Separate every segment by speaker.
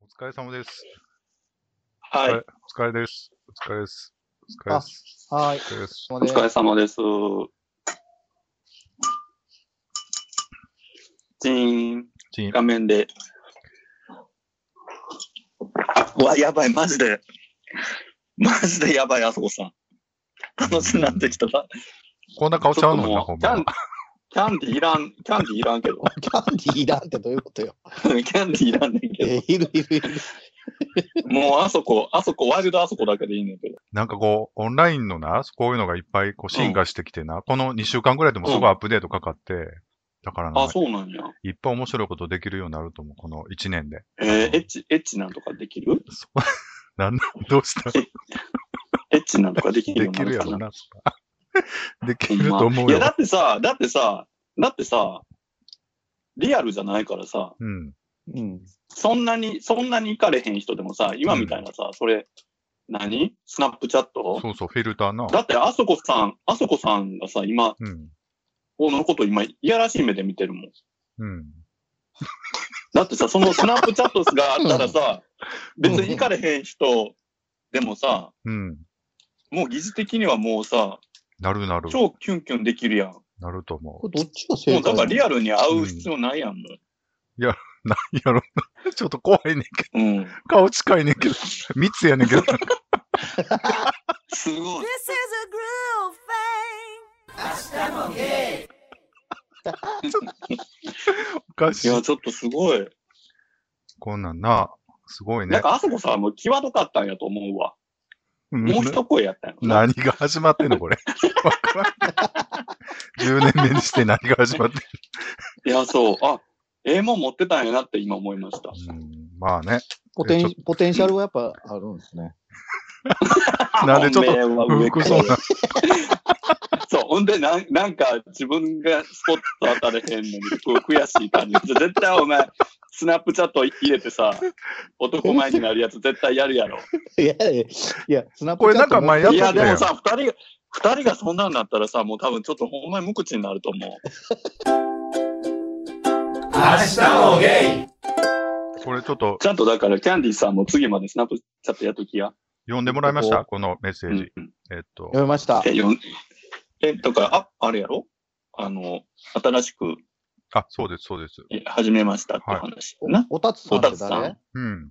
Speaker 1: お疲れ様です。
Speaker 2: はい、
Speaker 1: はいお疲れです。お疲れです。お疲れです。
Speaker 3: はい
Speaker 1: お。疲れです。
Speaker 3: お
Speaker 2: お疲れ様です。チーン、
Speaker 1: チーム
Speaker 2: 画面で。うわ、やばい、マジで。マジでやばい、あそこさん。楽しくなってきた。ち
Speaker 1: こんな顔ちゃ
Speaker 2: ょ
Speaker 1: う
Speaker 2: っと
Speaker 1: のにな、
Speaker 2: も
Speaker 1: ほん
Speaker 2: う、キャ
Speaker 1: ま
Speaker 2: ン。キャンディーいらん、キャンディーいらんけど。
Speaker 3: キャンディーいらんってどういうことよ。
Speaker 2: キャンディーいらんねんけ
Speaker 3: えいるいるいる。
Speaker 2: ど。もう、あそこ、あそこ、ワイルドあそこだけでいいねんけど。
Speaker 1: なんかこう、オンラインのな、こういうのがいっぱいこう進化してきてな、この2週間ぐらいでもすごいアップデートかかって、だからな
Speaker 2: あ、、そうなんや。
Speaker 1: いっぱい面白いことできるようになると思う、この1年で。
Speaker 2: えー、エッチ、エッチなんとかできる
Speaker 1: そうなんだ、どうした
Speaker 2: エッチなんとかできる
Speaker 1: で
Speaker 2: よう
Speaker 1: き
Speaker 2: に
Speaker 1: る
Speaker 2: なる
Speaker 1: や
Speaker 2: かな
Speaker 1: ろ。な。 で
Speaker 2: ほ
Speaker 1: き
Speaker 2: ん
Speaker 1: る
Speaker 2: ま
Speaker 1: と思
Speaker 2: いうや、だ
Speaker 1: よ。
Speaker 2: ってさ、だってさ、だってさ、リアルじゃないからさ、
Speaker 1: うん。
Speaker 3: うん。
Speaker 2: そんなに、そんなに行かれへん人でもさ、今みたいなさ、それ、何スナップチャット
Speaker 1: そうそう、フィルターな。
Speaker 2: だって、あそこさん、あそこさんがさ、今、
Speaker 1: うん。
Speaker 2: このこと今、いやらしい目で見てるもん。
Speaker 1: うん。
Speaker 2: だってさ、そのスナップチャットがあったらさ、別に行かれへん人でもさ、
Speaker 1: うん。
Speaker 2: もう疑似的にはもうさ、
Speaker 1: なるなる。
Speaker 2: 超キュンキュンできるやん。
Speaker 1: なると思
Speaker 3: これどっちが
Speaker 2: も
Speaker 3: 正
Speaker 2: うだから
Speaker 3: 解
Speaker 2: リアルに会う必要ないやん、
Speaker 1: う。
Speaker 2: も
Speaker 1: なんやろな。 ちょっと怖いねんけど。
Speaker 2: う。うん。
Speaker 1: 顔近いねんけど。密やねんけど。
Speaker 2: すごい。
Speaker 4: This is a groove thing.
Speaker 1: おかし
Speaker 2: い
Speaker 1: い。
Speaker 2: や、ちょっとすごい。
Speaker 1: こんなんな、すごい
Speaker 2: な
Speaker 1: ね
Speaker 2: ん。か、あそこさんも際どかったんやと思うわ。
Speaker 1: うん
Speaker 2: もう一声やったんやろな。
Speaker 1: 何が始まってんの これ。わからん。10年目にして何が始まってん
Speaker 2: いや、そう。あ、ええもん持ってたんやなって今思いました。
Speaker 1: の、うん、まあね。
Speaker 3: ポテンポテンシャルはやっぱあるんですね。
Speaker 1: なんでちょっと
Speaker 2: 本命は
Speaker 1: 不
Speaker 2: 上
Speaker 1: 服
Speaker 2: から
Speaker 1: そうな。
Speaker 2: そう。ほんでなん、なんか自分がスポット当たれへんのに、こう悔しい感じ。絶対お前、スナップチャット入れてさ、男前になるやつ絶対やるやろ。
Speaker 3: いやいやいや、スナップ
Speaker 1: これなんか前やっ
Speaker 2: い
Speaker 1: と
Speaker 2: や、
Speaker 1: った
Speaker 2: で
Speaker 1: や
Speaker 2: も
Speaker 1: ん。
Speaker 2: さ、二人が、二人がそんなんなったらさ、もう多分ちょっとほんまに無口になると思う。
Speaker 1: これちょっと
Speaker 2: ちゃんとだから、キャンディーさんも次までスナップチャットやっときや。
Speaker 1: 読んでもらいましたこのメッセ
Speaker 2: う
Speaker 1: ージ
Speaker 2: ん。。うん
Speaker 1: えっと、
Speaker 3: 読めました。
Speaker 2: え、よんえ、だから、あ、あれやろあの、新しく
Speaker 1: あ、そうです、そうです。
Speaker 2: え始めましたって話やな。
Speaker 3: おたつさんって
Speaker 2: おたつさ
Speaker 3: 誰
Speaker 2: ん
Speaker 1: うん。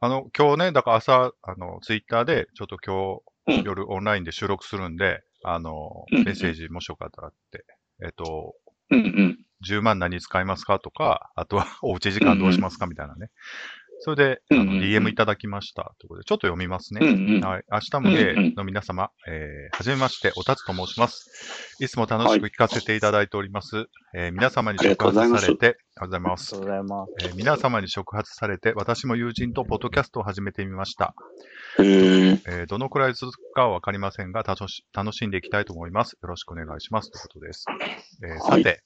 Speaker 1: あの、今日ね、だから朝、あの、ツイッターで、ちょっと今
Speaker 2: う
Speaker 1: 日、
Speaker 2: ん
Speaker 1: 夜オンラインで収録するんで、あの、
Speaker 2: うんうん
Speaker 1: メッセージもしよかったらって、えっと、
Speaker 2: うんうん。
Speaker 1: 10万何使いますかとか、あとは おうち時間どうしますかみたいなね。それで、あ
Speaker 2: うん
Speaker 1: の
Speaker 2: うんうん
Speaker 1: DM いただきました。ということで、ちょっと読みます
Speaker 2: うん
Speaker 1: ね。
Speaker 2: うん。
Speaker 1: はい。明日もゲ
Speaker 2: うんう
Speaker 1: イ
Speaker 2: ん
Speaker 1: の皆様、えーはじめまして、おたつと申します。いつも楽しく聞かせていただいております。えー皆様に触
Speaker 2: ありがとうございま
Speaker 1: 発
Speaker 2: す
Speaker 1: されて、ありがとうござい
Speaker 3: あ
Speaker 1: ま
Speaker 3: り
Speaker 1: す
Speaker 3: がと。うございます。
Speaker 1: えー皆様に触発されて、私も友人とポッドキャストを始めてみました。
Speaker 2: へえ。
Speaker 1: えーどのくらい続くかはわかりませんが楽し、楽しんでいきたいと思います。よろしくお願いします。ということです。えーさ
Speaker 2: はい
Speaker 1: て、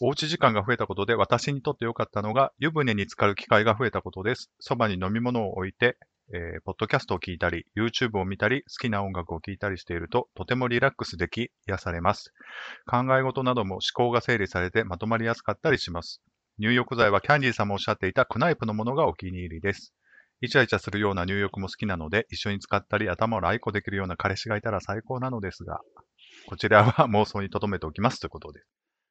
Speaker 1: おうち時間が増えたことで、私にとって良かったのが、湯船に浸かる機会が増えたことです。そばに飲み物を置いて、えーポッドキャストを聞いたり、YouTube を見たり、好きな音楽を聞いたりしていると、とてもリラックスでき、癒されます。考え事なども思考が整理されてまとまりやすかったりします。入浴剤はキャンディーさんもおっしゃっていたクナイプのものがお気に入りです。イチャイチャするような入浴も好きなので、一緒に使ったり頭を来顧できるような彼氏がいたら最高なのですが、こちらは妄想に留めておきますということで。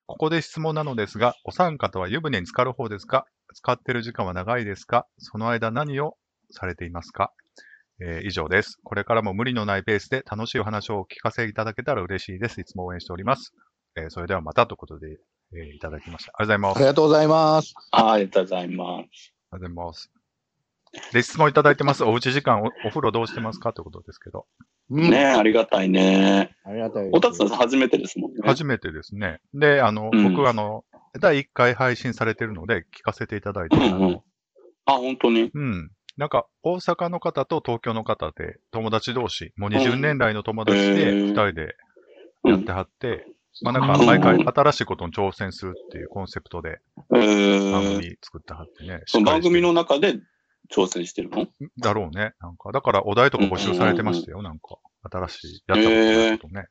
Speaker 1: ここで質問なのですが、お三方は湯船に浸かる方ですか使ってる時間は長いですかその間何をされていますかえー以上です。これからも無理のないペースで楽しいお話をお聞かせいただけたら嬉しいです。いつも応援しております。えーそれではまたということで、えーいただきました。ありがとうございます
Speaker 3: あり。がとうございます。
Speaker 2: あありがとうございます。
Speaker 1: ありがとうございます。で、質問いただいてます。おうち時間お、お風呂どうしてますかってことですけど。
Speaker 3: うん
Speaker 2: ねえ、ありがたいね。
Speaker 3: ありがたいです。
Speaker 2: おたつさん初めてですもんね。
Speaker 1: 初めてですね。で、あの、
Speaker 2: うん
Speaker 1: 僕、あの、第1回配信されてるので、聞かせていただいて、あ
Speaker 2: うんうん
Speaker 1: の、
Speaker 2: あ、本当に。
Speaker 1: うん。なんか、大阪の方と東京の方で、友達同士、もう20年来の友達で、
Speaker 2: うんへ
Speaker 1: 2
Speaker 2: ー
Speaker 1: 人で
Speaker 2: う
Speaker 1: やっ
Speaker 2: ん
Speaker 1: て。はって、まあなんか、毎回新しいことに挑戦するっていうコンセプトで
Speaker 2: え
Speaker 1: 番
Speaker 2: ー、
Speaker 1: 組作ってはってね。
Speaker 2: その番組
Speaker 1: しっか
Speaker 2: の中で挑戦してるの
Speaker 1: りしてるだろうね。なんか、だからお題とか募集されてましたよ。なんか、新しい、やったことないことね。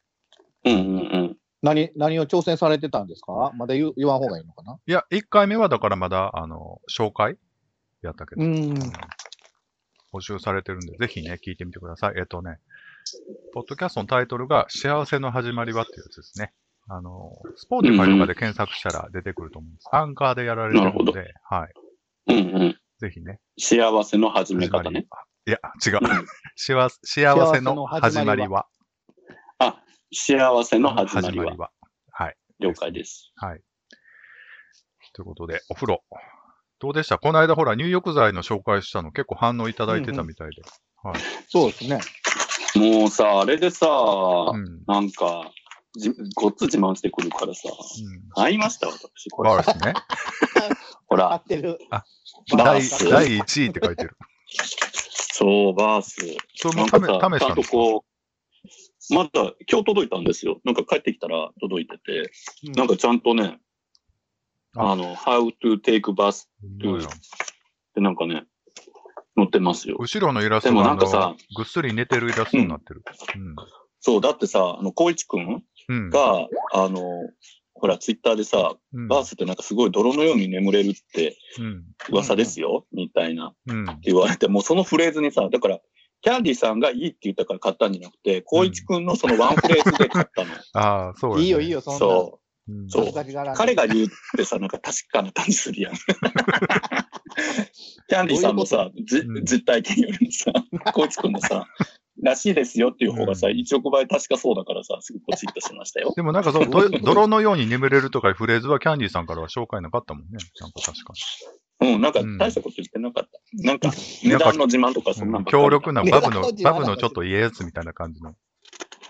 Speaker 2: うんうん
Speaker 3: 何、何を挑戦されてたんですかまだ言う言わん方がいいのかない
Speaker 1: や、1回目はだからまだ、あの、紹介やったけど
Speaker 3: う、ん。
Speaker 1: 募集されてるんで、ぜひね、聞いてみてください。えっとね、ポッドキャストのタイトルが、幸せの始まりはっていうやつですね。あの、スポーティファイとかで検索したら出てくると思うんです。アンカーでやられてるので、はい。
Speaker 2: うんうん。
Speaker 1: ぜひね、
Speaker 2: 幸せの始め
Speaker 1: 始ま
Speaker 2: 方
Speaker 1: り
Speaker 2: ね。
Speaker 1: あいや、違う。幸せ幸せの始まりは。
Speaker 2: 幸せの始まりは。
Speaker 1: は。はい。
Speaker 2: 了解です。
Speaker 1: はい。ということで、お風呂。どうでしたこの間、ほら、入浴剤の紹介したの結構反応いただいてたみたいで。
Speaker 3: そうですね。
Speaker 2: もうさ、あれでさ、
Speaker 1: うん。うん。
Speaker 2: なんか、じごっつ自慢してくるからさ、買いました、私。これ
Speaker 1: バーですね。
Speaker 2: ほ
Speaker 3: 合
Speaker 2: ら、
Speaker 3: ってる。
Speaker 2: バ
Speaker 1: 第
Speaker 2: ー
Speaker 1: 第
Speaker 2: ス。
Speaker 1: 1位って書いてる。
Speaker 2: そう、バース。
Speaker 1: それ
Speaker 2: な
Speaker 1: も
Speaker 2: ん
Speaker 1: 試
Speaker 2: かさ、
Speaker 1: 試
Speaker 2: ち
Speaker 1: し
Speaker 2: ゃ
Speaker 1: た
Speaker 2: ん
Speaker 1: んで
Speaker 2: と
Speaker 1: すか
Speaker 2: こう、また今日届いたんですよ。なんか帰ってきたら届いてて、
Speaker 3: うん
Speaker 2: なんかちゃんとね、
Speaker 1: あ
Speaker 2: あの、how to take bus
Speaker 1: どうよ
Speaker 2: ってなんかね、載ってますよ。
Speaker 1: 後ろのイラス
Speaker 2: で
Speaker 1: ト
Speaker 2: も
Speaker 1: が
Speaker 2: な
Speaker 1: あ
Speaker 2: んかさ
Speaker 1: の、ぐっすり寝てるイラストになってる。
Speaker 2: そう、だってさ、あの、光一くん
Speaker 1: うん。うん。
Speaker 2: が、あの、ほら、ツイッターでさ、
Speaker 1: うん
Speaker 2: バースってなんかすごい泥のように眠れるって
Speaker 1: うん。
Speaker 2: 噂ですよ、みたいなって
Speaker 1: うん。
Speaker 2: 言われて、もうそのフレーズにさ、だから、キャンディさんがいいって言ったから買ったんじゃなくて、光一くんのそのワンフレーズで買ったの。
Speaker 1: ああ、そうよね
Speaker 3: いいよいいよ、そんな。
Speaker 2: そう。
Speaker 1: うん
Speaker 2: そう
Speaker 3: 恥ずかしがらんで
Speaker 2: 彼が言うってさ、なんか確かな感じするや ん。キャンディーさんのさ、じ
Speaker 1: うん
Speaker 2: 実体験よりもさ、こいつくん のさ、らしいですよっていう方がさ、
Speaker 1: うん
Speaker 2: 1億倍確かそうだからさ、すぐポチッとしましたよ。
Speaker 1: でもなんかその、ど 泥のように眠れるとかいうフレーズはキャンディーさんからは紹介なかったもんね。なんか確か
Speaker 2: うん、なんか
Speaker 1: うん
Speaker 2: 大したこと言ってなかった。なんか、値段の自慢とかそ
Speaker 1: に
Speaker 2: んな
Speaker 1: うんん。
Speaker 2: ばっかり
Speaker 1: 強力なバ ブの
Speaker 3: ね、
Speaker 1: バブのちょっといいやつみたいな感じの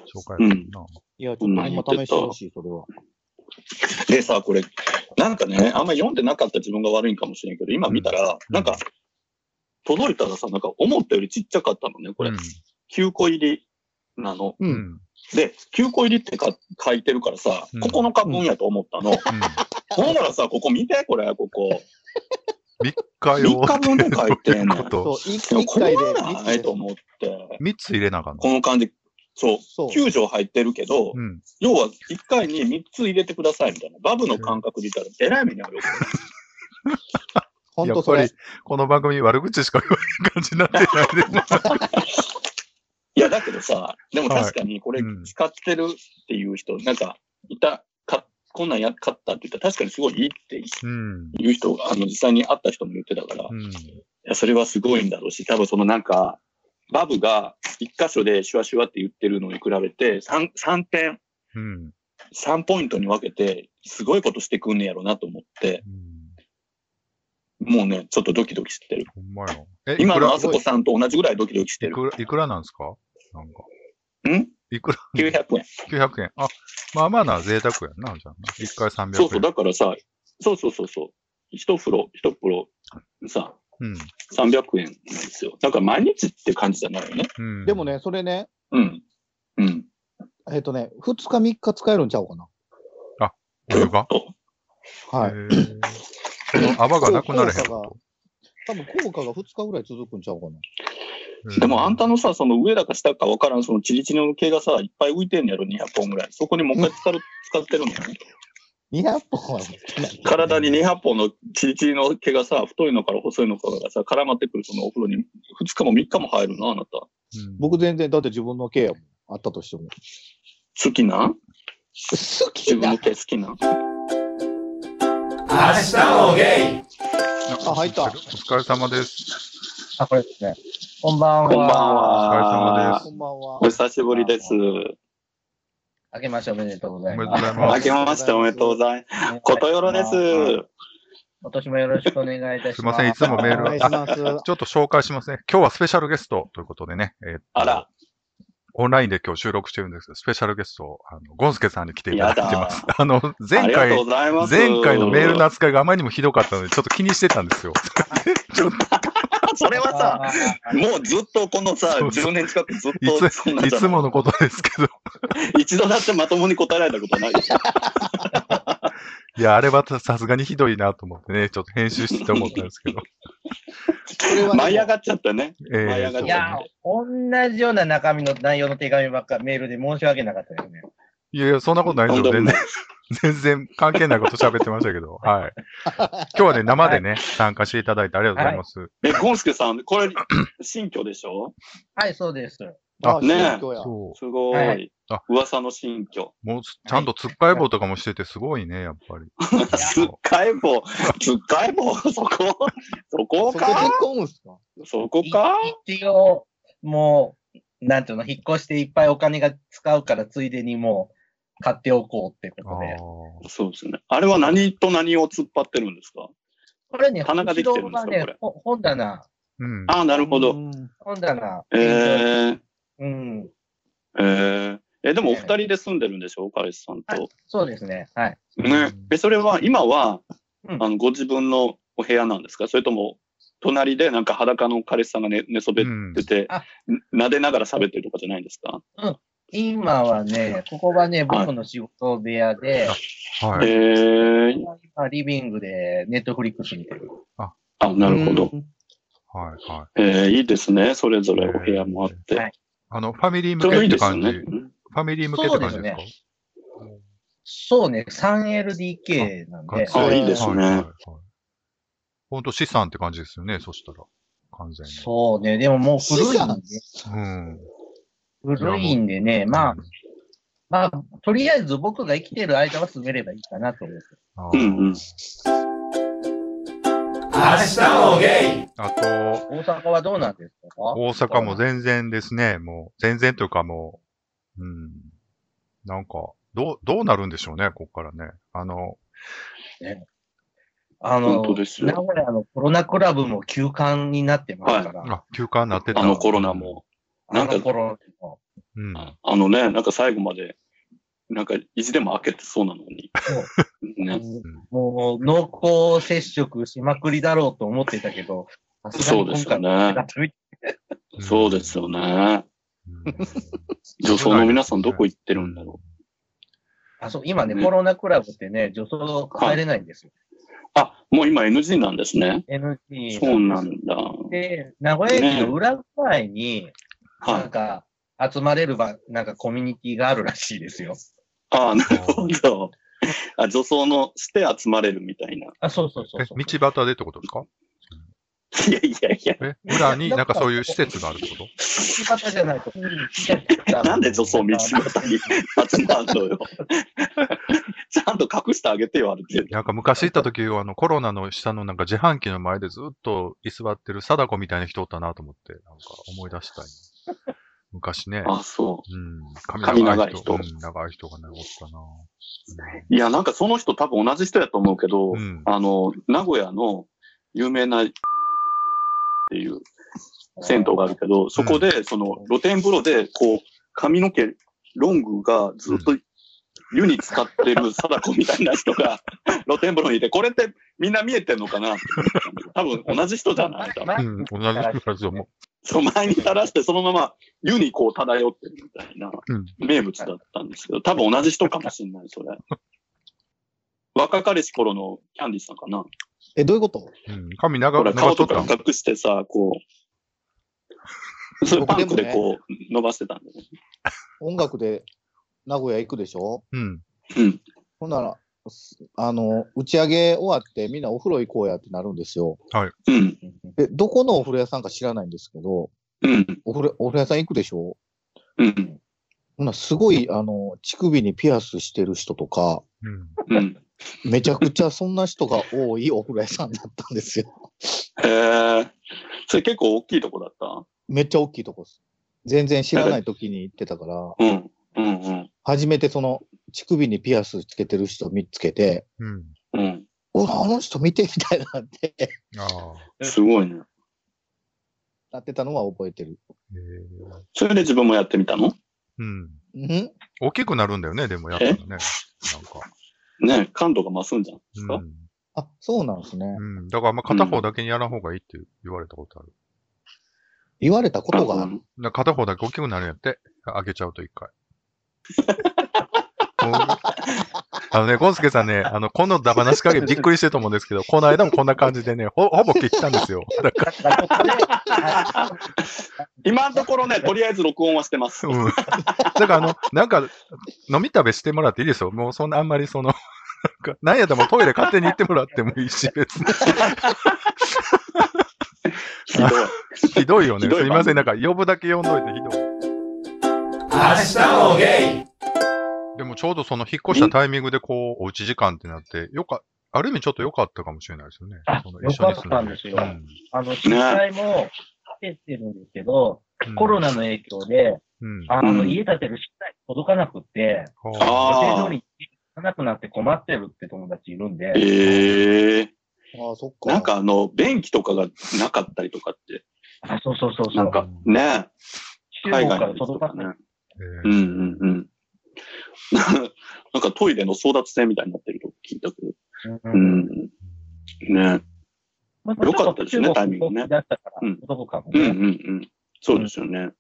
Speaker 1: 紹介だったない
Speaker 3: や、ちょっとほんま試してほしい、それは。
Speaker 2: でさ、これ、なんかね、あんま読んでなかった自分が悪いんかもしれんけど、今見たら、
Speaker 1: ん
Speaker 2: なんか、届いたらさ、なんか思ったよりちっちゃかったのね、これ。
Speaker 1: うん
Speaker 2: 9個入りなの。
Speaker 3: う。
Speaker 1: うん。うんん。
Speaker 2: で、9個入りってか書いてるからさ、
Speaker 1: うん
Speaker 2: 9日分やと思ったの。ほんならさ、ここ見て、これ、ここ。
Speaker 1: 3日用
Speaker 2: 3日分で書いてん
Speaker 1: ど
Speaker 2: の
Speaker 1: ういうこ
Speaker 2: よ。
Speaker 1: と
Speaker 3: そう、一
Speaker 2: でも
Speaker 3: 一
Speaker 2: こんな
Speaker 3: 回で。
Speaker 2: んないと思って。
Speaker 1: ?3 つ入れなあかんの
Speaker 2: この感じ、そう、
Speaker 3: そう。
Speaker 2: 9条入ってるけど、
Speaker 1: うん。
Speaker 2: 要は1回に3つ入れてくださいみたいな。バブの感覚で言ったら、えらい目にあるよ。
Speaker 3: ほん
Speaker 1: や
Speaker 3: と
Speaker 1: っ
Speaker 3: そ
Speaker 1: ぱ
Speaker 3: れ
Speaker 1: り。、この番組悪口しか言わない感じになってないで
Speaker 2: いや、だけどさ、でも確かにこれ
Speaker 1: はいうん
Speaker 2: 使ってるっていう人、なんか、いた、かこんなんや買ったって言ったら、確かにすごいいいって
Speaker 1: うん。
Speaker 2: いう人が、あの、実際に会った人も言ってたから、
Speaker 1: うん。
Speaker 2: いや、それはすごいんだろうし、多分そのなんか、バブが一箇所でシュワシュワって言ってるのに比べて、3、三点、
Speaker 1: うん。
Speaker 2: 3ポイントに分けて、すごいことしてくんねやろなと思って、
Speaker 1: うん
Speaker 2: もうね、ちょっとドキドキしてる。
Speaker 1: ほんまよ。え、い
Speaker 2: 今
Speaker 1: く
Speaker 2: の
Speaker 1: ら
Speaker 2: あそこさんと同じぐらいドキドキして
Speaker 1: い
Speaker 2: る。
Speaker 1: くら、いくらなんですかなんか。
Speaker 2: ん
Speaker 1: いくら
Speaker 2: ?900 円。
Speaker 1: ?900 円。あ、まあまあな、贅沢やんな、じゃあな。1回300円。
Speaker 2: そうそう、だからさ、そうそうそうそう。一風呂、一風呂、さ、
Speaker 1: うん。
Speaker 2: 300円なんですよ。だから毎日って感じじゃないよね。
Speaker 1: うん。
Speaker 3: でもね、それね、
Speaker 2: うん。うん。
Speaker 3: えっとね、2日3日使えるんちゃうかな。
Speaker 1: お湯が、
Speaker 2: と
Speaker 3: はい
Speaker 1: へ。ーその泡がなくなれへん
Speaker 3: そう
Speaker 1: こ
Speaker 3: 多分効果が2日ぐらい続くんちゃうかな。
Speaker 1: と。
Speaker 2: でもあんた
Speaker 1: の。
Speaker 2: のさ、その上だか下か分からん、そのチリチリの毛がさ、いっぱい浮いてんのやろ、200本ぐらい。そこにもう一回 使う使ってるのよね。
Speaker 3: 200本は持ってない。
Speaker 2: 体に200本のチリチリの毛がさ、太いのから細いのからがさ、絡まってくるそのお風呂に2日も3日も入るの、あなた。
Speaker 1: うん
Speaker 3: 僕全然、だって自分のケアもんあったとしても。
Speaker 2: 好きな
Speaker 3: 好き
Speaker 2: 自分
Speaker 3: な
Speaker 2: の。毛好きな
Speaker 3: あ、入った
Speaker 1: お。疲れ様です。
Speaker 5: あ、これですね。こんばんは。
Speaker 2: こんばん
Speaker 1: お疲れ様で
Speaker 2: は。
Speaker 1: す
Speaker 3: こんばんは
Speaker 2: お。久しぶりです。
Speaker 5: 明けましておめでとうございます。
Speaker 1: おめでとうござい
Speaker 2: 明
Speaker 1: ま
Speaker 2: けましておめでとうございます。
Speaker 5: す。
Speaker 2: ことよろです。
Speaker 5: 今年もよろしくお願いいたします。
Speaker 1: すいません、いつもメー
Speaker 3: お願
Speaker 1: ル。
Speaker 3: いし
Speaker 1: あ
Speaker 3: ます。
Speaker 1: ちょっと紹介しますね。今日はスペシャルゲストということでね。えーっと
Speaker 2: あら、
Speaker 1: オンラインで今日収録してるんですけど、スペシャルゲスト、あのゴンスケさんに来ていただいてます。 あの、
Speaker 2: あ
Speaker 1: 前
Speaker 2: りがと
Speaker 1: 回
Speaker 2: う、ございます。
Speaker 1: 前回のメールの。扱いがあまりにもひどかったので、ちょっと気にしてたん ですよ。
Speaker 2: それはさ、
Speaker 5: あー、
Speaker 2: もうずっとこのさ、
Speaker 1: そうそう
Speaker 2: 10年近くずっ
Speaker 1: い
Speaker 2: とそんなん
Speaker 1: つ、い
Speaker 2: じゃ
Speaker 1: つ
Speaker 2: ない
Speaker 1: ものことですけど。
Speaker 2: 一度だってまともに答えられたことないでしょ。
Speaker 1: いや、あれはさすがにひどいなと思ってね、ちょっと編集してて思ったんです けど。
Speaker 3: これはね
Speaker 2: 舞い上がっちゃっ たね。
Speaker 1: え
Speaker 2: 舞い上が
Speaker 1: ー
Speaker 2: っ
Speaker 5: い
Speaker 2: ちゃった
Speaker 5: やー、同じような中身の内容の手紙ばっかメールで申し訳なかったですね。
Speaker 1: いやいや、そんなことないですよ。
Speaker 2: と
Speaker 1: 全
Speaker 2: んでもな
Speaker 1: 然
Speaker 2: い、
Speaker 1: 全然関係ないこと喋ってましたけ ど。はい。今日はね、生でね、参加していただいてありがとうございます。
Speaker 2: え、ゴンスケさん、これ、新居でしょ
Speaker 5: はい、そうです。
Speaker 3: あ、
Speaker 2: ねえ
Speaker 3: 宗教や。
Speaker 1: そう。
Speaker 2: すご
Speaker 5: はいい。
Speaker 1: あ
Speaker 2: 噂の新居。
Speaker 1: もう、ちゃんとつっかえ棒とかもしててすごいね、やっ ぱり。
Speaker 2: つっかえ棒、つっかえ棒、 そこ、そこ
Speaker 3: そこ突っ
Speaker 2: か
Speaker 3: 込むんすか
Speaker 2: そこか
Speaker 5: 一応、もう、なんていうの、引っ越していっぱいお金が使うから、ついでにもう、買っておこうってこ
Speaker 1: あ
Speaker 5: とで。
Speaker 1: あ。
Speaker 2: そうですね。あれは何と何を突っ張ってるんですか
Speaker 5: これね、
Speaker 2: 棚ができてるんですかこ
Speaker 5: 後ろは
Speaker 2: れ
Speaker 5: ね、ほ本棚、
Speaker 1: うん。
Speaker 2: ああ、なるほ
Speaker 3: う
Speaker 2: ど。
Speaker 3: ん
Speaker 5: 本棚。
Speaker 2: えー、
Speaker 5: うん。
Speaker 2: えー、え、でもお二人で住んでるんでしょ彼氏さんと。
Speaker 5: そうですね。はい。
Speaker 2: ね。え、それは、今は、
Speaker 5: うん
Speaker 2: あの、ご自分のお部屋なんですかそれとも、隣でなんか裸の彼氏さんが寝寝そべってて、
Speaker 5: あ
Speaker 2: な撫でながら喋ってるとかじゃないんですか
Speaker 5: 今はね、ここはね、僕の仕事部屋で、
Speaker 1: はい。
Speaker 2: えー、
Speaker 5: 今リビングでネットフリックス見てる。
Speaker 2: あ、なるほど。。
Speaker 1: はい。はい。
Speaker 2: えー、いいですね。それぞれお部屋もあっ
Speaker 5: は
Speaker 2: て
Speaker 5: い。
Speaker 1: あの、ファミリー
Speaker 2: ちょ
Speaker 1: 向
Speaker 2: うど
Speaker 1: けっ
Speaker 2: いい
Speaker 1: て
Speaker 2: ですよ
Speaker 1: 感じ。
Speaker 2: ね。
Speaker 1: ファミリー向けって感じですか
Speaker 5: そうね、3LDK なん
Speaker 1: がっ
Speaker 5: で
Speaker 1: つ
Speaker 3: り、
Speaker 2: あ、いいです
Speaker 1: はい
Speaker 2: ね。
Speaker 1: はいはい。本当資産って感じですよね、そしたら。完全に。
Speaker 5: そうね、でももう古いんで、
Speaker 1: うん。
Speaker 5: 古いんでね、まあ、まあ、とりあえず僕が生きてる間は住めればいいかなと思って。
Speaker 1: あ
Speaker 2: う
Speaker 1: ー。
Speaker 2: んうん。
Speaker 1: あと、
Speaker 5: 大阪はどうなんですか
Speaker 1: 大阪も全然ですね、もう、全然というかもう、うん。なんか、どう、どうなるんでしょうね、ここからね。あの、
Speaker 5: あの、
Speaker 2: 本当ですよ
Speaker 5: 名古屋のコロナクラブも休館になってますから。
Speaker 1: あ、休館になってた。
Speaker 2: あのコロナも。
Speaker 5: あ
Speaker 2: なん
Speaker 5: の
Speaker 2: か
Speaker 5: 頃の。
Speaker 1: うん。
Speaker 2: あのね、なんか最後まで、なんか意地でも開けてそうなのに。ね、
Speaker 5: もう濃厚接触しまくりだろうと思ってたけど、さがに今回
Speaker 2: そうで
Speaker 5: は
Speaker 1: うん
Speaker 2: そうです。よね。
Speaker 1: うん
Speaker 2: 女装の皆さんどこ行ってるんだろ
Speaker 5: あそう今ね、
Speaker 2: ね
Speaker 5: コロナクラブってね、女装入れないんですよ。
Speaker 2: う。あ、もう今 NG なんですね。
Speaker 5: NG。
Speaker 2: そうなんだ。
Speaker 5: で、名古屋駅の裏ぐらいに、
Speaker 2: は
Speaker 5: なん
Speaker 2: い。
Speaker 5: か、集まれる場、なんかコミュニティがあるらしいですよ。
Speaker 2: ああ、なるほど。あ、女装のして集まれるみたいな。
Speaker 5: あ、そうそう そ
Speaker 1: え
Speaker 5: う、そう。
Speaker 1: 道端でってことですか
Speaker 2: いやいやいや。
Speaker 1: え、裏になんかそういう施設があるってこと
Speaker 5: 道端じゃないと。
Speaker 2: なんで女装道端に集まんのよ。ちゃんと隠してあげてよ、ある程度。
Speaker 1: なんか昔行った時は、あの、コロナの下のなんか自販機の前でずっと居座ってる貞子みたいな人おったなと思って、なんか思い出したい。昔ね。
Speaker 2: あ、そう。
Speaker 1: うん。
Speaker 2: 髪長い人
Speaker 1: うん、長い人がね、おったな。
Speaker 2: いや、なんかその人多分同じ人やと思うけど、
Speaker 1: うん
Speaker 2: あの、名古屋の有名な、っていう銭湯があるけど、そこで、その露天風呂で、こう、髪の毛、ロングがずっと湯に使ってる貞子みたいな人が 露天風呂にいて、これってみんな見えてんのかなって思ったんだけど多分同じ人じゃない多分
Speaker 5: 前
Speaker 1: うん、同じ人ですよ、も
Speaker 2: そう前に垂らして、そのまま湯にこう漂ってるみたいな
Speaker 1: うん
Speaker 2: 名物だったんですけど、多分同じ人かもしれない、それ。若かりし頃のキャンディさんかな。
Speaker 3: え、どういうこと
Speaker 1: う。うん、髪
Speaker 2: ほ
Speaker 1: 長
Speaker 2: ら、
Speaker 1: く
Speaker 2: 顔
Speaker 1: 長
Speaker 2: と
Speaker 1: とった
Speaker 2: か
Speaker 1: ん
Speaker 2: 隠してさ、 こう、それパンクでこう伸ばしてたんだよね。
Speaker 3: 音楽で名古屋行くでしょ
Speaker 1: うん。
Speaker 2: うん。
Speaker 3: ほんなら、すあの、打ち上げ終わってみんなお風呂行こうやってなるんですよ。
Speaker 2: うん。
Speaker 3: で、どこのお風呂屋さんか知らないんですけど、
Speaker 2: うん。
Speaker 3: お風呂、お風呂屋さん行くでしょ
Speaker 2: うん。
Speaker 3: ほんならすごい、あの、乳首にピアスしてる人とか、
Speaker 1: うん。
Speaker 2: うん。
Speaker 3: めちゃくちゃそんな人が多いお風呂屋さんだったんですよ。
Speaker 2: へえ。それ結構大きいとこだっ
Speaker 3: めっちゃ大きいとこです。全然知らない時に行ってたから、
Speaker 2: たうん。うん。うん。
Speaker 3: 初めてその乳首にピアスつけてる人見つけて、
Speaker 1: うん。
Speaker 2: うん。
Speaker 3: おら、あの人見てみたいなって
Speaker 1: ああ。
Speaker 2: すごいね。
Speaker 3: なってたのは覚えてる。
Speaker 1: え
Speaker 2: それで自分もやってみたの
Speaker 1: えうん。
Speaker 3: ん
Speaker 1: 大きくなるんだよね、でもやったらね。なんか。
Speaker 2: ね感度が増すんじゃん。
Speaker 1: うん。
Speaker 3: あ、そうなんですね。
Speaker 1: うん。だから、まあ、片方だけにやらん方がいいって言われたことある。
Speaker 3: 言われたことがある。
Speaker 1: な片方だけ大きくなるんやって。あげちゃうと一回。もうあのね、ゴンスケさんね、あの、このダバなし加減びっくりしてると思うんですけど、この間もこんな感じでね、ほほぼ消したんですよ。だか
Speaker 5: だからここであ
Speaker 2: 今のところね、とりあえず録音はしてます。
Speaker 1: ら、うん。だからあの、なんか、飲み食べしてもらっていいですよ。もうそんなあんまりその、なんかなんやでもトイレ勝手に行ってもらってもいいし、別に。
Speaker 2: ひ どい
Speaker 1: ひどいよね。
Speaker 2: ひどい
Speaker 1: すいません。なんか、呼ぶだけ呼んどいてひどい。
Speaker 6: 明日もゲイ
Speaker 1: でもちょうどその引っ越したタイミングでこう、おうち時間ってなって、よか、ある意味ちょっと良かったかもしれないですよね。
Speaker 5: あ
Speaker 1: その一緒に住
Speaker 5: 良かったんですよ
Speaker 1: うん
Speaker 5: あの、実際も建ててるんですけど、
Speaker 1: うん
Speaker 5: コロナの影響で、
Speaker 1: うん。
Speaker 5: あの、
Speaker 2: うん
Speaker 5: 家建てる資材届かなくって、
Speaker 1: はあ
Speaker 5: 予
Speaker 2: ああ
Speaker 5: 定通りに行かなくなって困ってるって友達いるんで、
Speaker 2: ええ
Speaker 3: ああ、そっか。
Speaker 2: なんかあの、便器とかがなかったりとかって、
Speaker 5: あそうそうそうそう。
Speaker 2: なんかね、
Speaker 5: 中
Speaker 2: 海
Speaker 5: 国
Speaker 2: 外
Speaker 5: か
Speaker 2: の
Speaker 5: ら
Speaker 2: 人と
Speaker 5: 届
Speaker 2: か
Speaker 5: か
Speaker 2: ね
Speaker 5: ない。。
Speaker 2: う
Speaker 1: えー
Speaker 2: んうんうん。なんかトイレの争奪戦みたいになってると聞いたけど。
Speaker 5: う
Speaker 2: うんん。ね。
Speaker 5: ま
Speaker 2: 良かったですね
Speaker 5: ちょと
Speaker 2: タイミングね
Speaker 5: 動き出したから
Speaker 2: うん
Speaker 5: 届くかも
Speaker 2: うんうん
Speaker 5: ね。
Speaker 2: うん。そうですよね。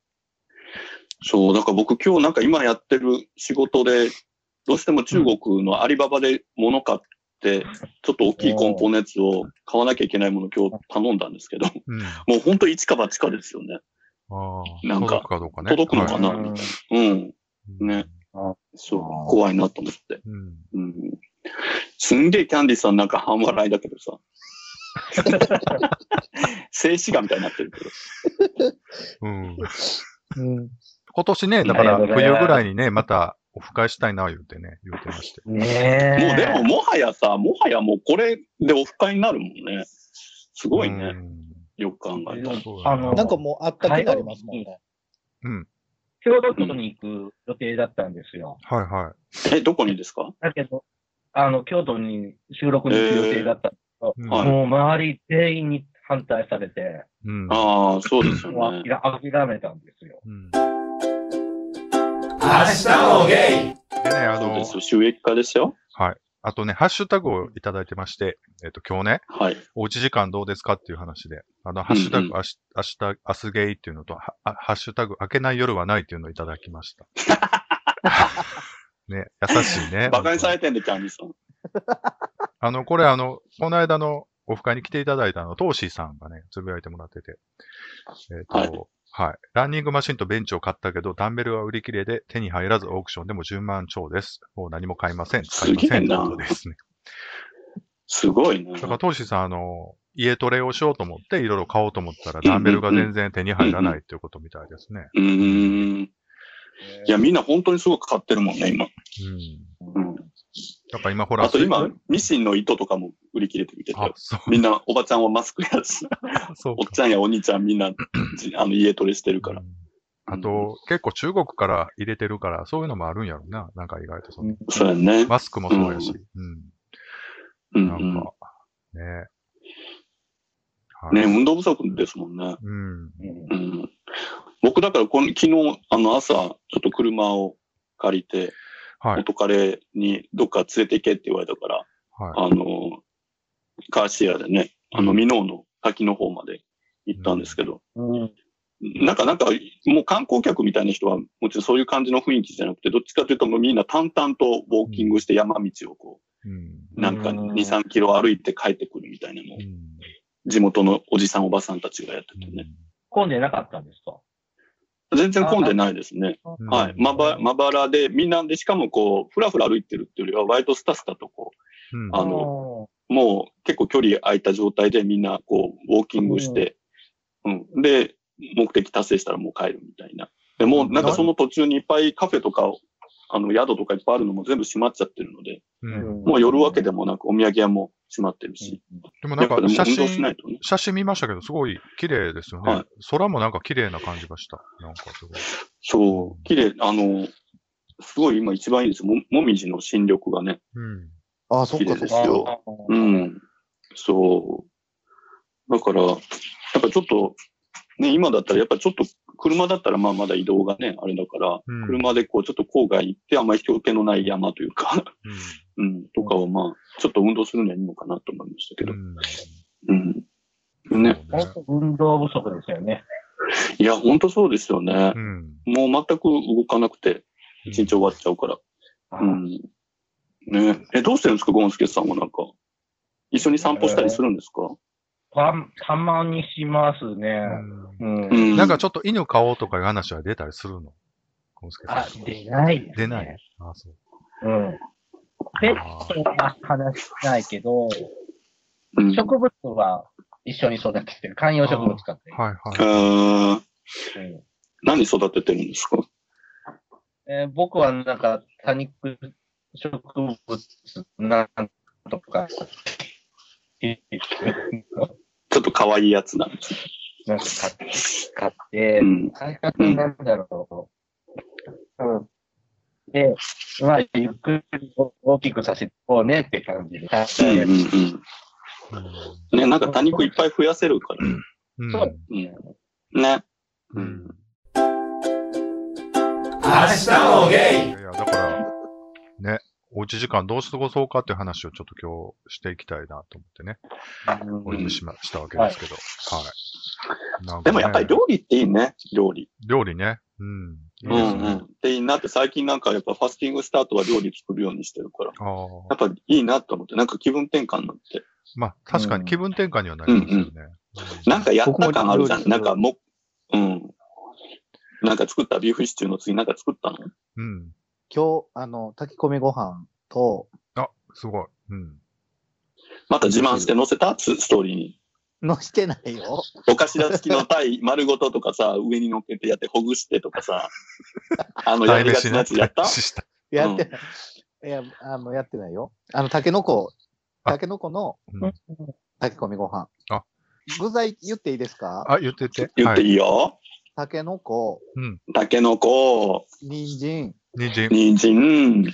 Speaker 2: そう、だから僕今日なんか今やってる仕事で、どうしても中国のアリババで物買って、ちょっと大きいコンポーネンツを買わなきゃいけないもの今日頼んだんですけど、
Speaker 1: うん。
Speaker 2: もう本当一か八かですよね。
Speaker 1: ああ、
Speaker 2: なんか
Speaker 1: 届くかどうかね。
Speaker 2: 届くのか
Speaker 1: は
Speaker 2: な
Speaker 5: うん
Speaker 2: みたいうん。
Speaker 1: い
Speaker 2: ね。そう
Speaker 3: あ、ー
Speaker 2: 怖いなと思って。
Speaker 1: うん。
Speaker 2: うん。すんげえキャンディさんなんか半笑いだけどさ。静止画みたいになってるけど。
Speaker 1: うん。
Speaker 3: うん。
Speaker 1: 今年ね、だから
Speaker 5: ありがとうござい
Speaker 1: 冬
Speaker 5: ます
Speaker 1: ぐらいにね、またオフ会したいな、言うてね、言うてまして。
Speaker 5: ねえ。
Speaker 2: もうでも、もはやさ、もはやもうこれでオフ会になるもんね。すごいね、
Speaker 1: うん。
Speaker 2: よく考えたら。
Speaker 1: そうだ
Speaker 5: あの、
Speaker 3: なんかもうあった気になりますもんね。
Speaker 1: うん。
Speaker 5: ちょうど京都に行く予定だったんですよ。
Speaker 1: はいは
Speaker 2: え、どこにですか
Speaker 5: だけど、あの、京都に収録に行く予定だったんですけど、
Speaker 1: い。
Speaker 2: はい
Speaker 5: もう周り全員に反対されて、
Speaker 1: うん。うん
Speaker 2: ああ、そうです
Speaker 5: も
Speaker 2: よ
Speaker 5: う
Speaker 2: ね。
Speaker 5: 諦諦めたんですよ。
Speaker 1: うん
Speaker 6: 明日もゲイ
Speaker 1: でね、あ
Speaker 2: そうで
Speaker 1: の
Speaker 2: す、よ。収益化ですよ。
Speaker 1: あとね、ハッシュタグをいただいてまして、えっと、今日ね、
Speaker 2: はい。
Speaker 1: おうち時間どうですかっていう話で、あの、ハッシュタ
Speaker 2: うん
Speaker 1: グ、あし明日、明日ゲイっていうのと、はあハッシュタグ、明けない夜はないっていうのをいただきま した。ね、優しいね。
Speaker 2: バカにされてんで、キャンディさん。
Speaker 1: あの、これあの、この間のオフ会に来ていただいたあの、トーシーさんがね、つぶやいてもらってて。えっ、と、はい、ランニングマシンとベンチを買ったけど、ダンベルは売り切れで手に入らずオークションでも10万超です。もう何も買いません。使います
Speaker 2: げ
Speaker 1: せ
Speaker 2: え
Speaker 1: ん。とい
Speaker 2: な
Speaker 1: うことですね。
Speaker 2: すごいね。
Speaker 1: だからトーシーさん、あの、家トレをしようと思って、いろいろ買おうと思ったら、ダンベルが全然手に入らないということみたいですね。
Speaker 2: うーん。いや、みんな本当にすごく買ってるもんね、今。
Speaker 1: うん。
Speaker 2: うん。
Speaker 1: だから今ほら、
Speaker 2: あと今、ミシンの糸とかも売り切れてみて
Speaker 1: あ
Speaker 2: た、
Speaker 1: そう、
Speaker 2: みんなおばちゃんはマスクやし、
Speaker 1: そう
Speaker 2: おっ
Speaker 1: か。
Speaker 2: ちゃんやお兄ちゃんみ んなじあの家トレしてるから
Speaker 1: う。んあと、結構中国から入れてるから、そういうのもあるんやろな。なんか意外とその、
Speaker 2: そうやね。
Speaker 1: マスクもそうやし。うん。
Speaker 2: うん
Speaker 1: な
Speaker 2: うんん
Speaker 1: か、ね。はい。
Speaker 2: ね、運動不足ですもんね。
Speaker 1: うん。
Speaker 5: うん
Speaker 2: うん、僕だからこの、昨日、あの朝、ちょっと車を借りて、
Speaker 1: はい。
Speaker 2: 元カレにどっか連れて行けって言われたから、
Speaker 1: はい。
Speaker 2: あの、カーシェアでね、あの、ミノーの滝の方まで行ったんですけど、
Speaker 5: うん
Speaker 2: なんか、なんか、もう観光客みたいな人は、もちろんそういう感じの雰囲気じゃなくて、どっちかというともうみんな淡々とウォーキングして山道をこ
Speaker 1: うん。
Speaker 2: う、なんか
Speaker 5: う
Speaker 2: 2、
Speaker 5: ん
Speaker 2: 3キロ歩いて帰ってくるみたいなの
Speaker 1: う、
Speaker 2: を
Speaker 1: ん。
Speaker 2: 地元のおじさんおばさんたちがやっててね。
Speaker 5: 混んでなかったんですか
Speaker 2: 全然混んでないですね。
Speaker 1: うん
Speaker 2: はい。まば、まばらで、みんなで、しかもこう、ふらふら歩いてるっていうよりは、割とスタスタとこ
Speaker 1: うん
Speaker 2: あのう、もう結構距離空いた状態でみんなこう、ウォーキングして、うん。で、目的達成したらもう帰るみたいな。でもうなんかその途中にいっぱいカフェとか、あの、宿とかいっぱいあるのも全部閉まっちゃってるので、
Speaker 1: うん
Speaker 2: もう寄るわけでもなく、お土産屋も閉まってるし。
Speaker 1: でもな
Speaker 2: や
Speaker 1: ん
Speaker 2: っぱ
Speaker 1: か
Speaker 2: でも
Speaker 1: 写
Speaker 2: 運動しな
Speaker 1: 真
Speaker 2: い、とね。
Speaker 1: 写真見ましたけど、すごい綺麗ですよね。
Speaker 2: はい
Speaker 1: 空もなんか綺麗な感じがした。なんかすごい。
Speaker 2: そう、綺麗、あの、すごい今一番いいですよ。ももみじの新緑がね。
Speaker 1: うん。
Speaker 3: ああ、そっか、
Speaker 2: 綺
Speaker 3: そ
Speaker 2: 麗
Speaker 3: っ
Speaker 2: です
Speaker 3: か。
Speaker 2: ようん。そう。だから、やっぱちょっと、ね、今だったら、やっぱちょっと、車だったらまあまだ移動がね、あれだから、
Speaker 1: うん
Speaker 2: 車でこう、ちょっと郊外行って、あんまり人気のない山というか、
Speaker 1: う
Speaker 2: うん、とかをまあ、ちょっと運動するにはいいのかなと思いましたけど。
Speaker 1: ん。
Speaker 2: うん。
Speaker 1: うん
Speaker 2: ね。
Speaker 5: 本当運動不足ですよね。
Speaker 2: いや、ほんとそうですよね
Speaker 1: う。ん。
Speaker 2: もう全く動かなくて、一日終わっちゃうから。
Speaker 5: あ
Speaker 2: うん。ねえ、どうしてるんですか、ゴンスケさんはなんか。一緒に散歩したりするんですか、
Speaker 5: た、たまにしますね。うん。
Speaker 2: うん。
Speaker 1: なんか、ちょっと犬飼おうとかいう話は出たりするのコンスケさん
Speaker 5: あ、出ない、
Speaker 1: 出ない。。あそう
Speaker 5: うん。ペットは話しないけど、
Speaker 2: うん、
Speaker 5: 植物は一緒に育ててる。観葉植物買って
Speaker 1: はい
Speaker 2: え
Speaker 1: はい。
Speaker 2: ー、
Speaker 5: る。うん
Speaker 2: 何育ててるんですか
Speaker 5: えー僕はなんか多肉植物なんとか、
Speaker 2: ちょっと可愛いやつなんです。
Speaker 5: なんか買って
Speaker 2: う、ん。
Speaker 5: 改革なんだろう。うん。で、まあ、ゆっくり大きくさせてこうねって感じで。
Speaker 2: うんうんうん。ね、なんか多肉いっぱい増やせるから。
Speaker 1: うん。
Speaker 5: そうう
Speaker 2: うん。ね。
Speaker 1: ん。
Speaker 6: 明日をゲイ
Speaker 1: いやいや、だから、ね、おうち時間どう過ごそうかっていう話をちょっと今日していきたいなと思ってね、お呼びし,、ま、したわけですけど。はい。なんかね
Speaker 2: でもやっぱり料理っていいね、料理。
Speaker 1: 料理ね。うん。いい
Speaker 2: うん
Speaker 1: です
Speaker 2: う
Speaker 1: ね
Speaker 2: ん。っていいなって、最近なんかやっぱファスティングスタートは料理作るようにしてるから。
Speaker 1: あ
Speaker 2: や
Speaker 1: あ
Speaker 2: っ。ぱいいなと思って、なんか気分転換になって。
Speaker 1: まあ、確かに気分転換にはなりますよね。う
Speaker 2: なんかやった感あるじゃん。
Speaker 3: 僕も料理する
Speaker 2: なんかも、うん。なんか作ったビーフシチューの次なんか作ったの
Speaker 1: うん。
Speaker 3: 今日、あの、炊き込みご飯と、
Speaker 1: あ、すごい。うん。
Speaker 2: また自慢して載せたスストーリーに。
Speaker 3: のしてないよ。
Speaker 2: お頭付きのタイ丸ごととかさ、 上に乗っけてやってほぐしてとかさ、あのやりがちなやつやっ
Speaker 1: 台
Speaker 2: た
Speaker 1: 無しした。
Speaker 3: やってない。いや、あの、やってないよ。あの、タケノコ、
Speaker 1: あ
Speaker 3: タケノコの
Speaker 1: うん
Speaker 3: 炊き込みご飯。
Speaker 1: あ
Speaker 3: 具材言っていいですか
Speaker 1: あ、言ってて。
Speaker 2: 言っていいよ。
Speaker 3: タケノコ、
Speaker 1: うん。
Speaker 2: タケノコ、
Speaker 3: 人参、
Speaker 1: 人参、
Speaker 2: 人参、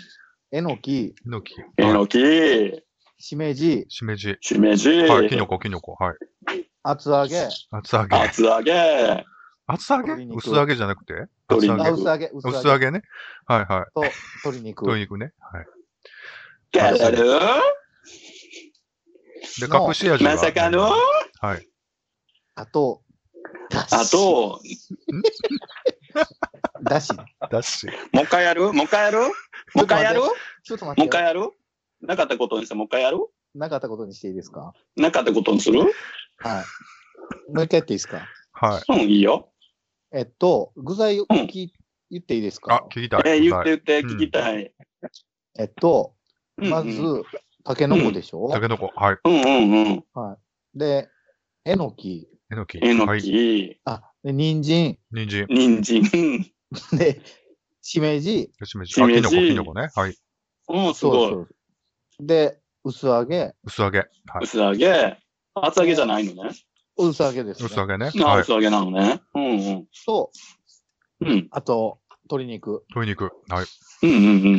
Speaker 3: えの
Speaker 1: ヒ
Speaker 3: き、
Speaker 1: ノキ、
Speaker 2: え
Speaker 1: はい
Speaker 2: のき、
Speaker 3: しめじ、
Speaker 1: しめじ、
Speaker 2: しめじ、
Speaker 1: はい、キノコ、キノコ、はい。
Speaker 3: 厚揚げ、
Speaker 1: 厚揚げ。
Speaker 2: 厚揚げ、
Speaker 1: 厚揚
Speaker 3: 鶏
Speaker 1: げ
Speaker 3: 肉
Speaker 1: 薄揚げじゃなくて厚
Speaker 2: 鶏
Speaker 1: 揚
Speaker 2: 肉
Speaker 1: げ
Speaker 3: あ薄揚げ、薄揚
Speaker 1: 薄
Speaker 3: げ
Speaker 1: 揚げね。はいはい。
Speaker 3: と鶏肉
Speaker 1: 鶏肉ね。はい。
Speaker 2: ガラル
Speaker 1: で、
Speaker 3: の
Speaker 1: 隠し味が
Speaker 2: まさかの
Speaker 1: はい。
Speaker 3: あと、
Speaker 2: あと、
Speaker 3: だし。
Speaker 1: だし。
Speaker 2: もう一回やるもう一回やるもう一回やるも
Speaker 3: ちょっと
Speaker 2: う
Speaker 3: 待っ
Speaker 2: 一
Speaker 3: て
Speaker 2: 回
Speaker 3: よ。
Speaker 2: やるなかったことにしてもう一回やる
Speaker 3: なかったことにしていいですか
Speaker 2: なかったことにする
Speaker 3: はい。もう一回やっていいですか
Speaker 1: はい。
Speaker 2: うん、いいよ。
Speaker 3: えっと、具材を
Speaker 2: うん
Speaker 3: き言っていいです
Speaker 1: あ
Speaker 3: か、
Speaker 1: 聞きたい。
Speaker 2: えー、言って
Speaker 1: はい。
Speaker 2: 言って聞きたい。
Speaker 3: えっと、
Speaker 2: うんうん
Speaker 3: まず、タケノコでしょ、
Speaker 1: タケノコ。はい。
Speaker 2: うんうんうん。
Speaker 3: はい。で、えのき、
Speaker 1: えのき。
Speaker 2: えの
Speaker 1: はい。
Speaker 2: き、
Speaker 3: あ、で、人参、
Speaker 1: 人参。
Speaker 2: 人参。
Speaker 3: で、しめじ、
Speaker 1: しめじ。
Speaker 2: し
Speaker 1: あ、
Speaker 2: めじ
Speaker 1: きのこ、きのこね。はい。
Speaker 2: うん、す
Speaker 3: そう
Speaker 2: ごい
Speaker 3: そ。う。で、薄揚げ、
Speaker 1: 薄揚げ。はい。
Speaker 2: 薄揚げ。厚揚げじゃないのね。
Speaker 3: 薄揚げです、ね。
Speaker 1: 薄揚げね。
Speaker 2: あ、
Speaker 1: はい。
Speaker 2: 薄揚げなのね。うんうん。
Speaker 3: と、
Speaker 2: うん。
Speaker 3: あと、鶏肉。
Speaker 1: 鶏肉。はい。
Speaker 2: うんうんうんうんう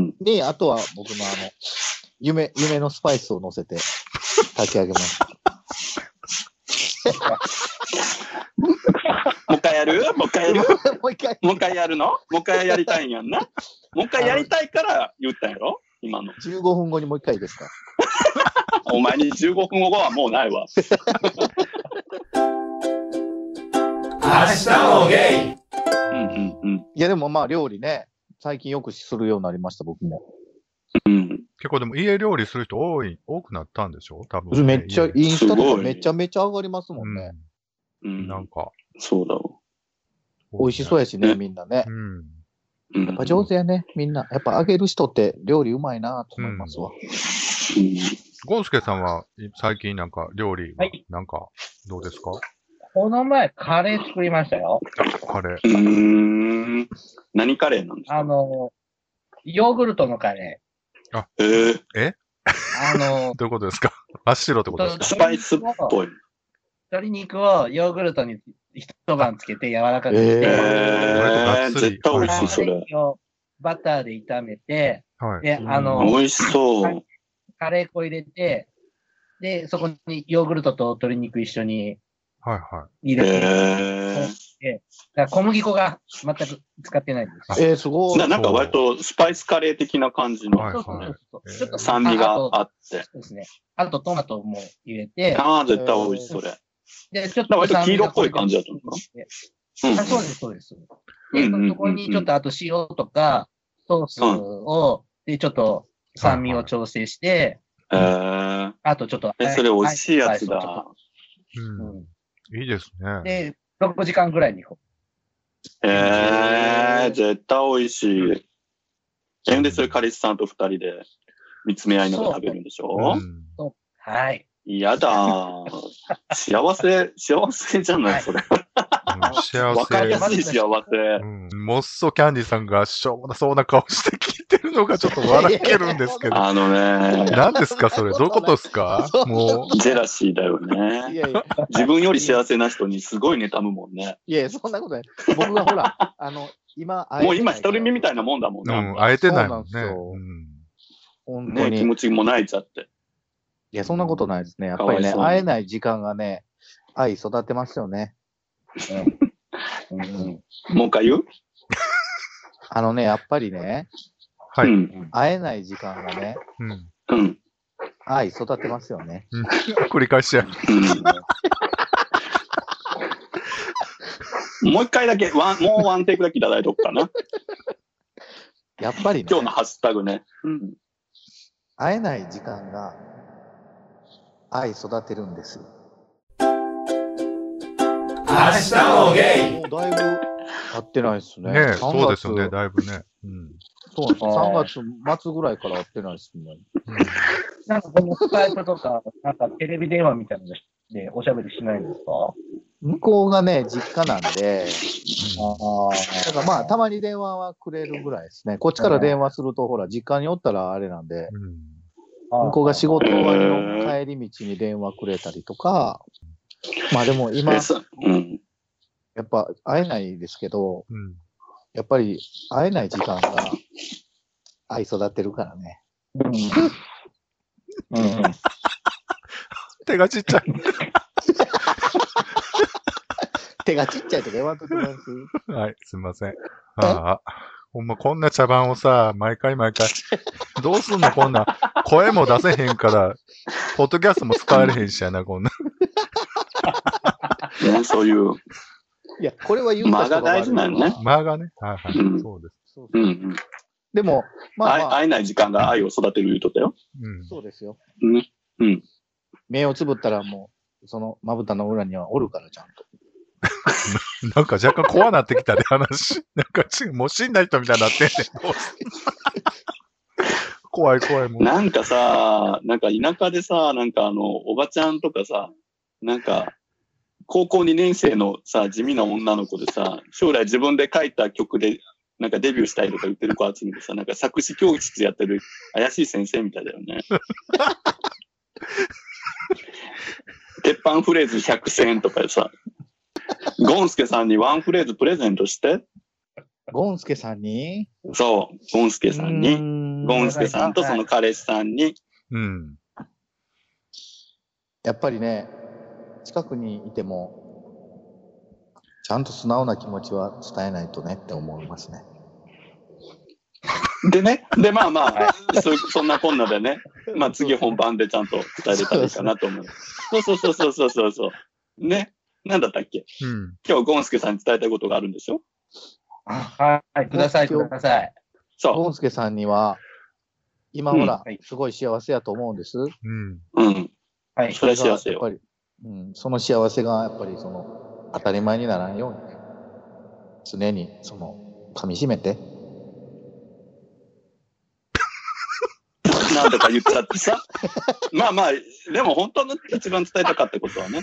Speaker 2: ん
Speaker 3: で、あとは僕のあの、夢、夢のスパイスを乗せて炊き上げます。
Speaker 2: もう一回やるもう一回 やる
Speaker 3: もう一回、
Speaker 2: もう一回やるのもう一回やりたいんやんな。もう一回やりたいから言ったんやろ今の。
Speaker 3: 15分後にもう一回いいですか
Speaker 2: お前に15分後はもうないわ。
Speaker 6: 明日をゲイ
Speaker 2: うんうんうん。
Speaker 3: いや、でもまあ、料理ね、最近よくするようになりました、僕も。
Speaker 2: うん。
Speaker 1: 結構でも家料理する人多い、多くなったんでしょ多分ね。
Speaker 3: めっちゃ、
Speaker 1: 家で
Speaker 3: インスタ
Speaker 2: す
Speaker 3: と
Speaker 2: ご
Speaker 3: か
Speaker 2: い
Speaker 3: めちゃめちゃ上がりますもんね。
Speaker 2: う
Speaker 1: うん。
Speaker 2: ん
Speaker 1: なんか。
Speaker 2: そうだわ。
Speaker 3: 美味しそう
Speaker 1: や。
Speaker 3: やしね、
Speaker 2: ね
Speaker 3: みんなね。や
Speaker 1: うん。
Speaker 2: うん
Speaker 3: っぱ上手やね、みんな。やっぱ揚げる人って料理うまいなと思いますわ。
Speaker 2: うん
Speaker 1: ゴンスケさんは最近なんか料理は
Speaker 5: はい、
Speaker 1: なんか、どうですか
Speaker 5: この前、カレー作りましたよ。
Speaker 1: カレー。
Speaker 2: うーん。何カレーなんです
Speaker 5: あ
Speaker 2: か
Speaker 5: の、ヨーグルトのカレ
Speaker 2: えー、
Speaker 5: ー。あの、
Speaker 1: どういうことですか 真っ白ってことですか
Speaker 2: スパイスっぽい。
Speaker 5: 鶏肉をヨーグルトに一晩つけて柔らかくし
Speaker 3: え
Speaker 5: て、
Speaker 2: え
Speaker 1: ー
Speaker 2: ー、絶対美味しい、それ。
Speaker 5: をバターで炒めて、
Speaker 1: はい。
Speaker 5: で、あの、
Speaker 2: 美味しそう。
Speaker 5: カレー粉入れて、で、そこにヨーグルトと鶏肉一緒に
Speaker 1: はいは
Speaker 5: 入れて、だか
Speaker 2: え
Speaker 5: ら小麦粉が全く使ってないんです。
Speaker 3: えー、す
Speaker 2: ー、
Speaker 3: ごい。
Speaker 2: ななんか割とスパイスカレー的な感じの。
Speaker 1: はい
Speaker 5: そうそうそうそう
Speaker 1: はい
Speaker 5: ちょっと
Speaker 2: 酸味が
Speaker 5: あ
Speaker 2: あって。
Speaker 5: そうですね。あとトマトも入れて、
Speaker 2: ああ、絶対美味しい、それ。
Speaker 5: で、ちょっ
Speaker 2: なん
Speaker 5: と
Speaker 2: か割と
Speaker 5: 酸
Speaker 2: 黄
Speaker 5: 味
Speaker 2: 色っ
Speaker 5: が
Speaker 2: ぽ
Speaker 5: こ
Speaker 2: い
Speaker 5: れ
Speaker 2: 感じだと思うん
Speaker 5: あそうです、そうです。
Speaker 2: うんうんうんう
Speaker 5: で、
Speaker 2: ん
Speaker 5: そこにちょっとあと塩とかソースを、で、ちょっと酸味を調整して、
Speaker 2: えー、
Speaker 5: あとちょっと。
Speaker 2: え、それ美味しいやつ
Speaker 5: はいスパイスをち
Speaker 2: だ
Speaker 5: ょっ。
Speaker 1: う
Speaker 5: と
Speaker 1: ん
Speaker 5: うん
Speaker 1: いいですね。
Speaker 5: で、6時間ぐらいにこ
Speaker 2: えー、絶対美味しい。え、んで、それカリスさんと二人で見つめ合いながら食べるんでしょ
Speaker 1: うん
Speaker 5: う。はい。
Speaker 2: 嫌だー。幸せ、幸せじゃな、
Speaker 5: はいい
Speaker 2: それ。
Speaker 1: うん幸
Speaker 2: わかりや
Speaker 1: せ。
Speaker 2: すい幸せ。
Speaker 1: うん、モッソキャンディさんがしょうもなそうな顔して聞いてるのがちょっと笑けるんですけ ど。
Speaker 2: あのね、
Speaker 1: 何ですかそれ。どういうことですか
Speaker 3: そんな
Speaker 1: もう。
Speaker 2: ジェラシーだよ
Speaker 3: い
Speaker 2: ね。
Speaker 3: やいや、
Speaker 2: 自分より幸せな人にすごい妬むもんね。
Speaker 3: いやいやそんなことない。僕がほ ら、あの、今、
Speaker 2: もう今、独り身みたい
Speaker 3: な。
Speaker 2: なもんだもん
Speaker 1: う
Speaker 2: ね
Speaker 1: ん、。会えてないもん
Speaker 3: そ
Speaker 1: ね。
Speaker 3: うなんですよ
Speaker 1: うん
Speaker 3: 本当
Speaker 2: ね、
Speaker 3: に。
Speaker 2: 気
Speaker 3: い
Speaker 2: 持ちも泣いちゃって。
Speaker 3: や、そんなことないですね。やっぱりね、
Speaker 2: かわいそうに
Speaker 3: 会えない時間がね、愛育てますよね。
Speaker 5: うんうん
Speaker 2: もう一回言う。
Speaker 3: あのね、やっぱりね、
Speaker 1: はいう
Speaker 5: うんん
Speaker 3: 会えない時間がね、
Speaker 1: うん。
Speaker 2: うん。
Speaker 3: 愛育てますよね。
Speaker 1: うん繰り返しや。
Speaker 2: うんもう一回だけ、ワン、もうワンテイクだけいただいとくかな。
Speaker 3: やっぱりね
Speaker 2: 今、日のハッシュタグね。うん。
Speaker 3: 会えない時間が愛育てるんですよ。
Speaker 6: 明日もゲイ
Speaker 3: もうだいぶ経ってないですね。
Speaker 1: ね
Speaker 3: 3
Speaker 1: そうですよね。
Speaker 3: 月
Speaker 1: だいぶね。うん。
Speaker 3: そうなんです。3月末ぐらいから会ってないですね。
Speaker 5: なんかこのスカイプとか、なんかテレビ電話みたいなのでおしゃべりしないんですか
Speaker 3: 向こうがね、実家なんで、
Speaker 5: あ
Speaker 3: だからまあ、たまに電話はくれるぐらいですね。こっちから電話すると、ほら、実家におったらあれなんで、
Speaker 1: うんうん
Speaker 3: 向こうが仕事終わりの
Speaker 2: へ
Speaker 3: 帰り道に電話くれたりとか、まあでも今、
Speaker 2: え
Speaker 3: や
Speaker 2: そうん。
Speaker 3: っぱ会えないですけど、
Speaker 1: うん
Speaker 3: やっぱり会えない時間が愛育てるからね。
Speaker 5: うんうんうん
Speaker 1: 手がちっちゃい。
Speaker 3: 手がちっちゃいとか言わんときます。
Speaker 1: はい、すみません。ああ、ほんまこんな茶番をさ、毎回毎回、どうすんのこんな、声も出せへんから、ポッドキャストも使われへんしやな、こんな。
Speaker 2: ね、そういう。
Speaker 3: いや、これは言うた
Speaker 2: 間が
Speaker 3: 人が悪いわ
Speaker 2: 大事なのね
Speaker 1: 間がね。はいはい。
Speaker 2: うん
Speaker 1: そうです。
Speaker 3: そう
Speaker 2: う
Speaker 3: そ
Speaker 2: んう。
Speaker 3: うんでも、まあ、
Speaker 2: 会え
Speaker 3: まあ、
Speaker 2: 会えない時間が愛を育てる言うとったよ。
Speaker 1: うん。
Speaker 3: そうですよ。
Speaker 2: うんうん。
Speaker 3: 目をつぶったらもう、そのまぶたの裏にはおるから、ちゃんと。
Speaker 1: なんか若干怖なってきたで、話。なんかち、もう死んだ人みたいになってんねん。どうすんの怖い怖い、もう。
Speaker 2: なんかさ、なんか田舎でさ、なんかあの、おばちゃんとかさ、なんか、高校2年生のさ、地味な女の子でさ、将来自分で書いた曲で、なんかデビューしたいとか言ってる子集めてさ、なんか作詞教室やってる怪しい先生みたいだよね。鉄板フレーズ100選とかでさ、ゴンスケさんにワンフレーズプレゼントして、
Speaker 3: ゴンスケさんに
Speaker 2: そう、ゴンスケさんに、ゴ
Speaker 3: に
Speaker 2: ンスケさんとその彼氏さんに、
Speaker 1: うん。
Speaker 3: やっぱりね、近くにいても、ちゃんと素直な気持ちは伝えないとねって思いますね。
Speaker 2: でね、で、まあまあ、そそんなこんなでね、まあ次本番でちゃんと伝えれたらいいかなと思う。そうそうそうそうそうそうそう。ね、なんだったっけ
Speaker 1: うん。
Speaker 2: 今日ゴンスケさんに伝えたいことがあるんでしょ
Speaker 5: はい、ください、ください。
Speaker 2: そ
Speaker 3: ゴンスケさんには、今ほら
Speaker 5: うんはい、
Speaker 3: すごい幸せやと思うんです。
Speaker 1: うん。
Speaker 2: う。うん。
Speaker 5: はい。
Speaker 2: それは幸せ
Speaker 3: やっ
Speaker 2: よ。
Speaker 3: ぱり、うん、その幸せがやっぱりその当たり前にならんように常にその噛み締めて
Speaker 2: なんとか言っちゃってさ。まあまあ、でも本当の一番伝えたかったことはね、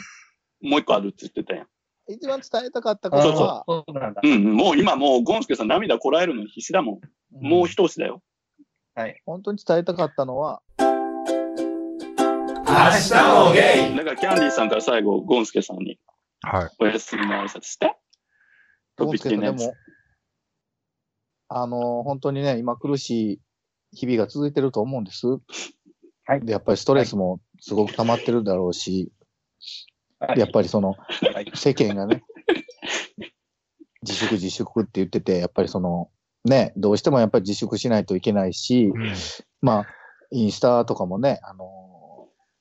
Speaker 2: もう一個あるって言ってたやん。
Speaker 3: 一番伝えたかったこ
Speaker 5: あ
Speaker 3: と
Speaker 2: そう
Speaker 3: は
Speaker 5: そうそうなんだ。
Speaker 2: うんうん、もう今もうゴンスケさん涙こらえるのに必死だもん。もう一押しだよ。
Speaker 5: はい。
Speaker 3: 本当に伝えたかったのは
Speaker 6: 明日もゲイ
Speaker 2: だからキャンディーさんから最後、ゴンスケさんに
Speaker 1: はい。
Speaker 2: おやすみの挨拶して。
Speaker 3: ゴ
Speaker 2: 飛
Speaker 3: ン
Speaker 2: び
Speaker 3: スケ
Speaker 2: 切
Speaker 3: さ
Speaker 2: り
Speaker 3: ん
Speaker 2: の
Speaker 3: で
Speaker 2: やつ
Speaker 3: もあの本当にね今苦しい日々が続いてると思うんです、
Speaker 5: はい
Speaker 3: でやっぱりストレスもすごく溜まってるだろうし、
Speaker 5: はい
Speaker 3: やっぱりその
Speaker 5: はい
Speaker 3: 世間がね、自粛自粛って言ってて、やっぱりその、ね、どうしてもやっぱり自粛しないといけないし
Speaker 1: う、ん。
Speaker 3: まあ、インスタとかもね、あのー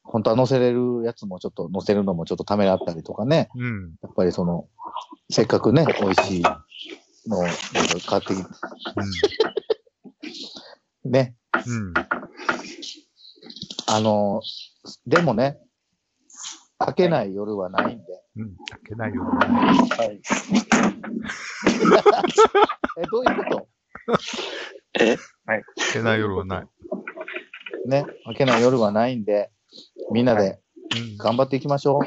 Speaker 3: 本当は載せれるやつもちょっと載せるのもちょっとためらったりとかね、
Speaker 1: うん。
Speaker 3: やっぱりその、せっかくね、美味しいのをなんか買ってきて、
Speaker 1: うん。
Speaker 3: ね、
Speaker 1: うん。
Speaker 3: あの、でもね、開けない夜はないんで。
Speaker 1: うん、開けないよう
Speaker 5: はい。
Speaker 3: え、どういうこと
Speaker 1: 開けない夜はない。
Speaker 3: ね、開けない夜はないんで、みんなで
Speaker 1: うん、頑
Speaker 3: 頑張っていきましょう。
Speaker 1: 張っ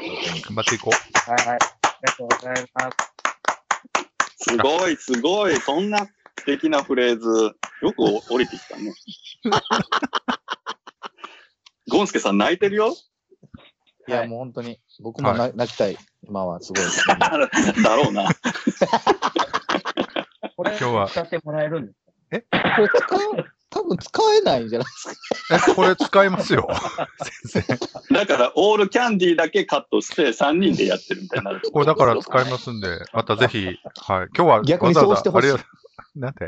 Speaker 1: ていこう。
Speaker 5: はい。ありがとうございます。
Speaker 2: すごい、すごい。そんな素敵なフレーズ、よくお降りてきた ね。ゴンスケさん泣いてるよ
Speaker 3: いや、もう本当に、僕もな泣きたい。今はすごいですね。
Speaker 2: だろうな。
Speaker 5: これ、
Speaker 1: 今日は
Speaker 5: 使ってもらえるんです
Speaker 3: これ使う多分使えないんじゃない
Speaker 1: え、これ使いますよ。先生。
Speaker 2: だから、オールキャンディーだけカットして、3人でやってるみたいになる。
Speaker 1: これだから使いますんで、またぜひ、はい。今日は
Speaker 3: 逆
Speaker 1: わ
Speaker 3: に
Speaker 1: ざ
Speaker 3: そう
Speaker 1: わ
Speaker 3: して
Speaker 1: ざあ
Speaker 3: ほし
Speaker 1: り
Speaker 3: い
Speaker 1: が、なんて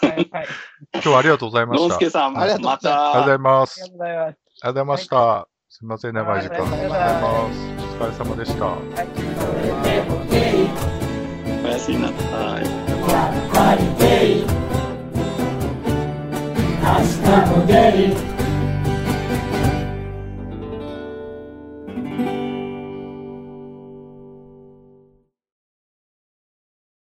Speaker 5: かはい。はい。あ
Speaker 1: 今日はありがとうございま
Speaker 2: ゴ
Speaker 1: し
Speaker 2: ン
Speaker 1: た。あ
Speaker 2: ス
Speaker 1: り
Speaker 2: ケさん、
Speaker 3: ありがとうご
Speaker 2: ま
Speaker 3: ざい
Speaker 1: がとうご
Speaker 2: た
Speaker 1: ざいます。あり
Speaker 5: りがとうございます。
Speaker 1: がとうございました。すみません、長い時間。あり
Speaker 5: ありが
Speaker 1: がとう
Speaker 5: とうございます
Speaker 1: ございます。お疲れ様でした。
Speaker 2: おやすみなさい。